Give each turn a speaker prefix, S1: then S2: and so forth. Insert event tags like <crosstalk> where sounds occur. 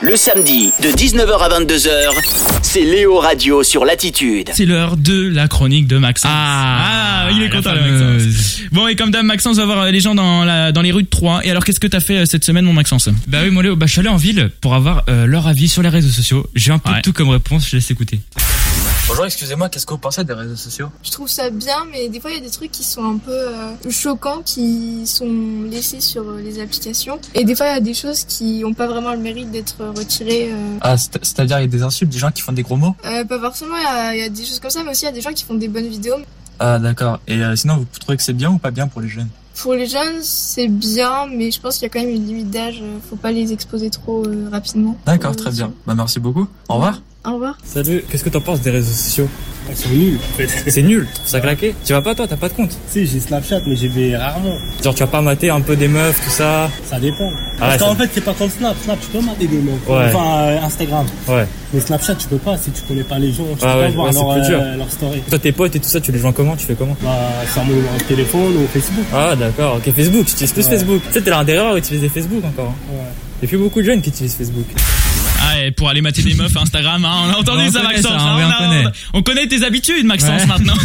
S1: Le samedi, de 19h à 22h, c'est Léo Radio sur Latitude.
S2: C'est l'heure de la chronique de Maxence.
S3: Ah,
S2: Ah, il est
S3: la
S2: content, le
S3: fameuse.
S2: Maxence. Bon, et comme d'hab, Maxence va voir euh, les gens dans, la, dans les rues de Troyes. Et alors, qu'est-ce que t'as fait euh, cette semaine, mon Maxence
S3: Bah oui, moi, Léo, bah, je suis allé en ville pour avoir euh, leur avis sur les réseaux sociaux. J'ai un peu
S2: Ouais.
S3: de tout comme réponse, je laisse écouter.
S4: Bonjour, excusez-moi, qu'est-ce que vous pensez des réseaux sociaux
S5: Je trouve ça bien, mais des fois il y a des trucs qui sont un peu euh, choquants, qui sont laissés sur euh, les applications. Et des fois il y a des choses qui n'ont pas vraiment le mérite d'être retirées. euh.
S4: Ah, c'est- c'est-à-dire il y a des insultes, des gens qui font des gros mots
S5: Euh, pas forcément, il y, a, il y a des choses comme ça, mais aussi il y a des gens qui font des bonnes vidéos.
S4: Ah, d'accord. Et euh, sinon, vous trouvez que c'est bien ou pas bien pour les jeunes
S5: Pour les jeunes, c'est bien, mais je pense qu'il y a quand même une limite d'âge. euh, Faut pas les exposer trop euh, rapidement.
S4: D'accord,
S5: Euh,
S4: très bien. Bah, merci beaucoup. Au revoir.
S5: Au revoir.
S6: Salut, qu'est-ce que t'en penses des réseaux sociaux
S7: Ils sont nuls en
S6: <laughs>
S7: fait.
S6: C'est nul, ça claqué. Tu vas pas toi, t'as pas de compte.
S7: si, j'ai Snapchat, mais j'y vais rarement.
S6: Genre tu vas pas mater un peu des meufs, tout ça.
S7: Ça
S6: Ah
S7: dépend.
S6: ouais,
S7: Parce
S6: ça-
S7: qu'en fait, c'est pas comme Snap. Snap, tu peux mater des mecs.
S6: Ouais.
S7: Enfin, euh, Instagram.
S6: Ouais.
S7: Mais Snapchat, tu peux pas. Si tu connais pas les gens, tu peux
S6: Ah
S7: pas
S6: ouais,
S7: voir
S6: ouais, c'est
S7: leur,
S6: plus
S7: euh, leur story.
S6: Toi tes potes et tout ça, tu les joins comment Tu fais comment
S7: Bah, sur mon numéro de téléphone ou Facebook.
S6: Ah d'accord, ok Facebook, tu utilises plus
S7: Ouais.
S6: Facebook. Tu sais, t'es l'un des rares à utiliser Facebook encore. hein.
S7: Ouais.
S6: Y'a plus beaucoup de jeunes qui utilisent Facebook.
S2: Ah, et pour aller mater des meufs Instagram, hein, on a entendu
S3: On
S2: ça,
S3: connaît
S2: Maxence.
S3: ça,
S2: hein,
S3: on
S2: on, a-
S3: connaît.
S2: on connaît tes habitudes, Maxence,
S3: Ouais.
S2: maintenant.